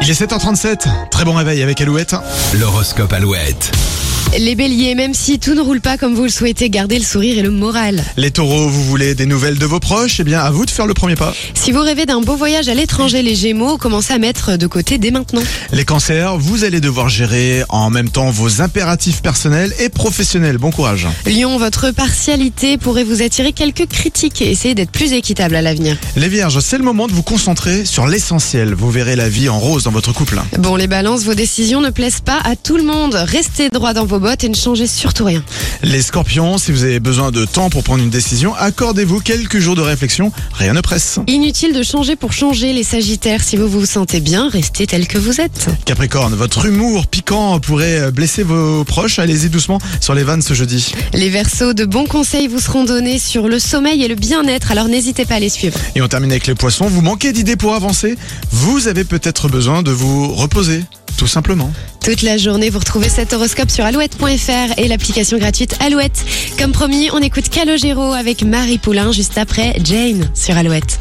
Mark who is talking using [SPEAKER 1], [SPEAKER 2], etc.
[SPEAKER 1] Il est 7h37, très bon réveil avec Alouette.
[SPEAKER 2] L'horoscope Alouette.
[SPEAKER 3] Les béliers, même si tout ne roule pas comme vous le souhaitez, gardez le sourire et le moral.
[SPEAKER 1] Les taureaux, vous voulez des nouvelles de vos proches Eh bien, à vous de faire le premier pas.
[SPEAKER 3] Si vous rêvez d'un beau voyage à l'étranger, les gémeaux, commencez à mettre de côté dès maintenant.
[SPEAKER 1] Les cancers, vous allez devoir gérer en même temps vos impératifs personnels et professionnels. Bon courage.
[SPEAKER 3] Lion, votre partialité pourrait vous attirer quelques critiques et essayez d'être plus équitable à l'avenir.
[SPEAKER 1] Les vierges, c'est le moment de vous concentrer sur l'essentiel. Vous verrez la vie en rose dans votre couple.
[SPEAKER 3] Bon, les balances, vos décisions ne plaisent pas à tout le monde. Restez droit dans vos bottes et ne changez surtout rien.
[SPEAKER 1] Les scorpions, si vous avez besoin de temps pour prendre une décision, accordez-vous quelques jours de réflexion. Rien ne presse.
[SPEAKER 3] Inutile de changer pour changer, les sagittaires. Si vous vous sentez bien, restez tel que vous êtes.
[SPEAKER 1] Capricorne, votre humour piquant pourrait blesser vos proches. Allez-y doucement sur les vannes ce jeudi.
[SPEAKER 3] Les versos, de bons conseils vous seront donnés sur le sommeil et le bien-être, alors n'hésitez pas à les suivre.
[SPEAKER 1] Et on termine avec les poissons. Vous manquez d'idées pour avancer Vous avez peut-être besoin de vous reposer, tout simplement.
[SPEAKER 3] Toute la journée, vous retrouvez cet horoscope sur alouette.fr et l'application gratuite Alouette. Comme promis, on écoute Calogero avec Marie Poulain juste après Jane sur Alouette.